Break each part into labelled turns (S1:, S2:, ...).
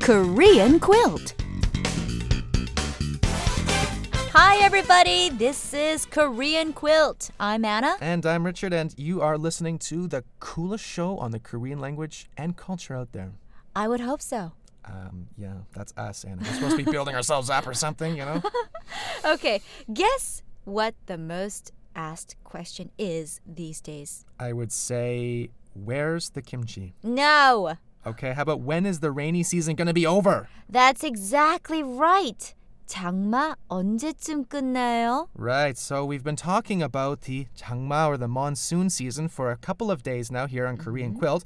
S1: Korean quilt.
S2: Hi, everybody. This is Korean Quilt. I'm Anna.
S3: And I'm Richard, and you are listening to the coolest show on the Korean language and culture out there.
S2: I would hope so.
S3: Um, yeah, that's us, Anna. We're supposed to be building ourselves up or something, you know?
S2: Okay, guess what the most asked question is these days?
S3: I would say, where's the kimchi?
S2: No,
S3: Okay, how about when is the rainy season gonna be over?
S2: that's exactly right. 장마 언제쯤 끝나요?
S3: Right, so we've been talking about the 장마 or the monsoon season for a couple of days now here on Korean Quilt.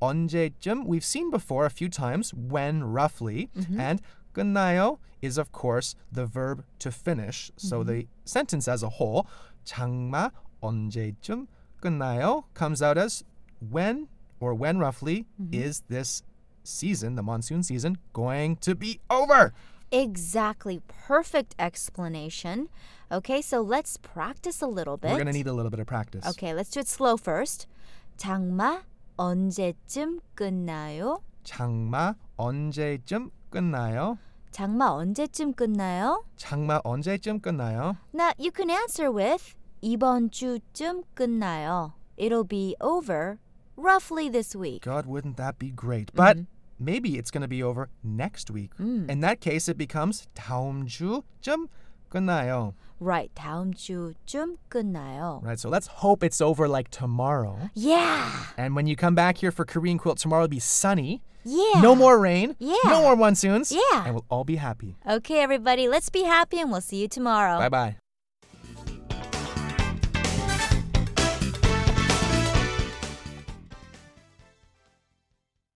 S3: 언제쯤 we've seen before a few times when roughly and 끝나요 is of course the verb to finish. So the sentence as a whole 장마 언제쯤 끝나요 comes out as when or when roughly is this season the monsoon season going to be over?
S2: Exactly, perfect explanation. Okay, so let's practice a little bit.
S3: We're going to need a little bit of practice.
S2: Okay, let's do it slow first. 장마 언제쯤 끝나요?
S3: 장마 언제쯤 끝나요?
S2: 장마 언제쯤 끝나요?
S3: 장마 언제쯤 끝나요?
S2: Now you can answer with 이번 주쯤 끝나요. It'll be over roughly this week.
S3: God, wouldn't that be great? But maybe it's going to be over next week. In that case, it becomes 다음 주쯤 끝나요.
S2: Right, 다음 주쯤 끝나요.
S3: Right, so let's hope it's over like tomorrow.
S2: Yeah.
S3: And when you come back here for Korean Quilt tomorrow, it'll be sunny.
S2: Yeah.
S3: No more rain.
S2: Yeah.
S3: No more monsoons.
S2: Yeah.
S3: And we'll all be happy.
S2: Okay, everybody, let's be happy and we'll see you tomorrow.
S3: Bye bye.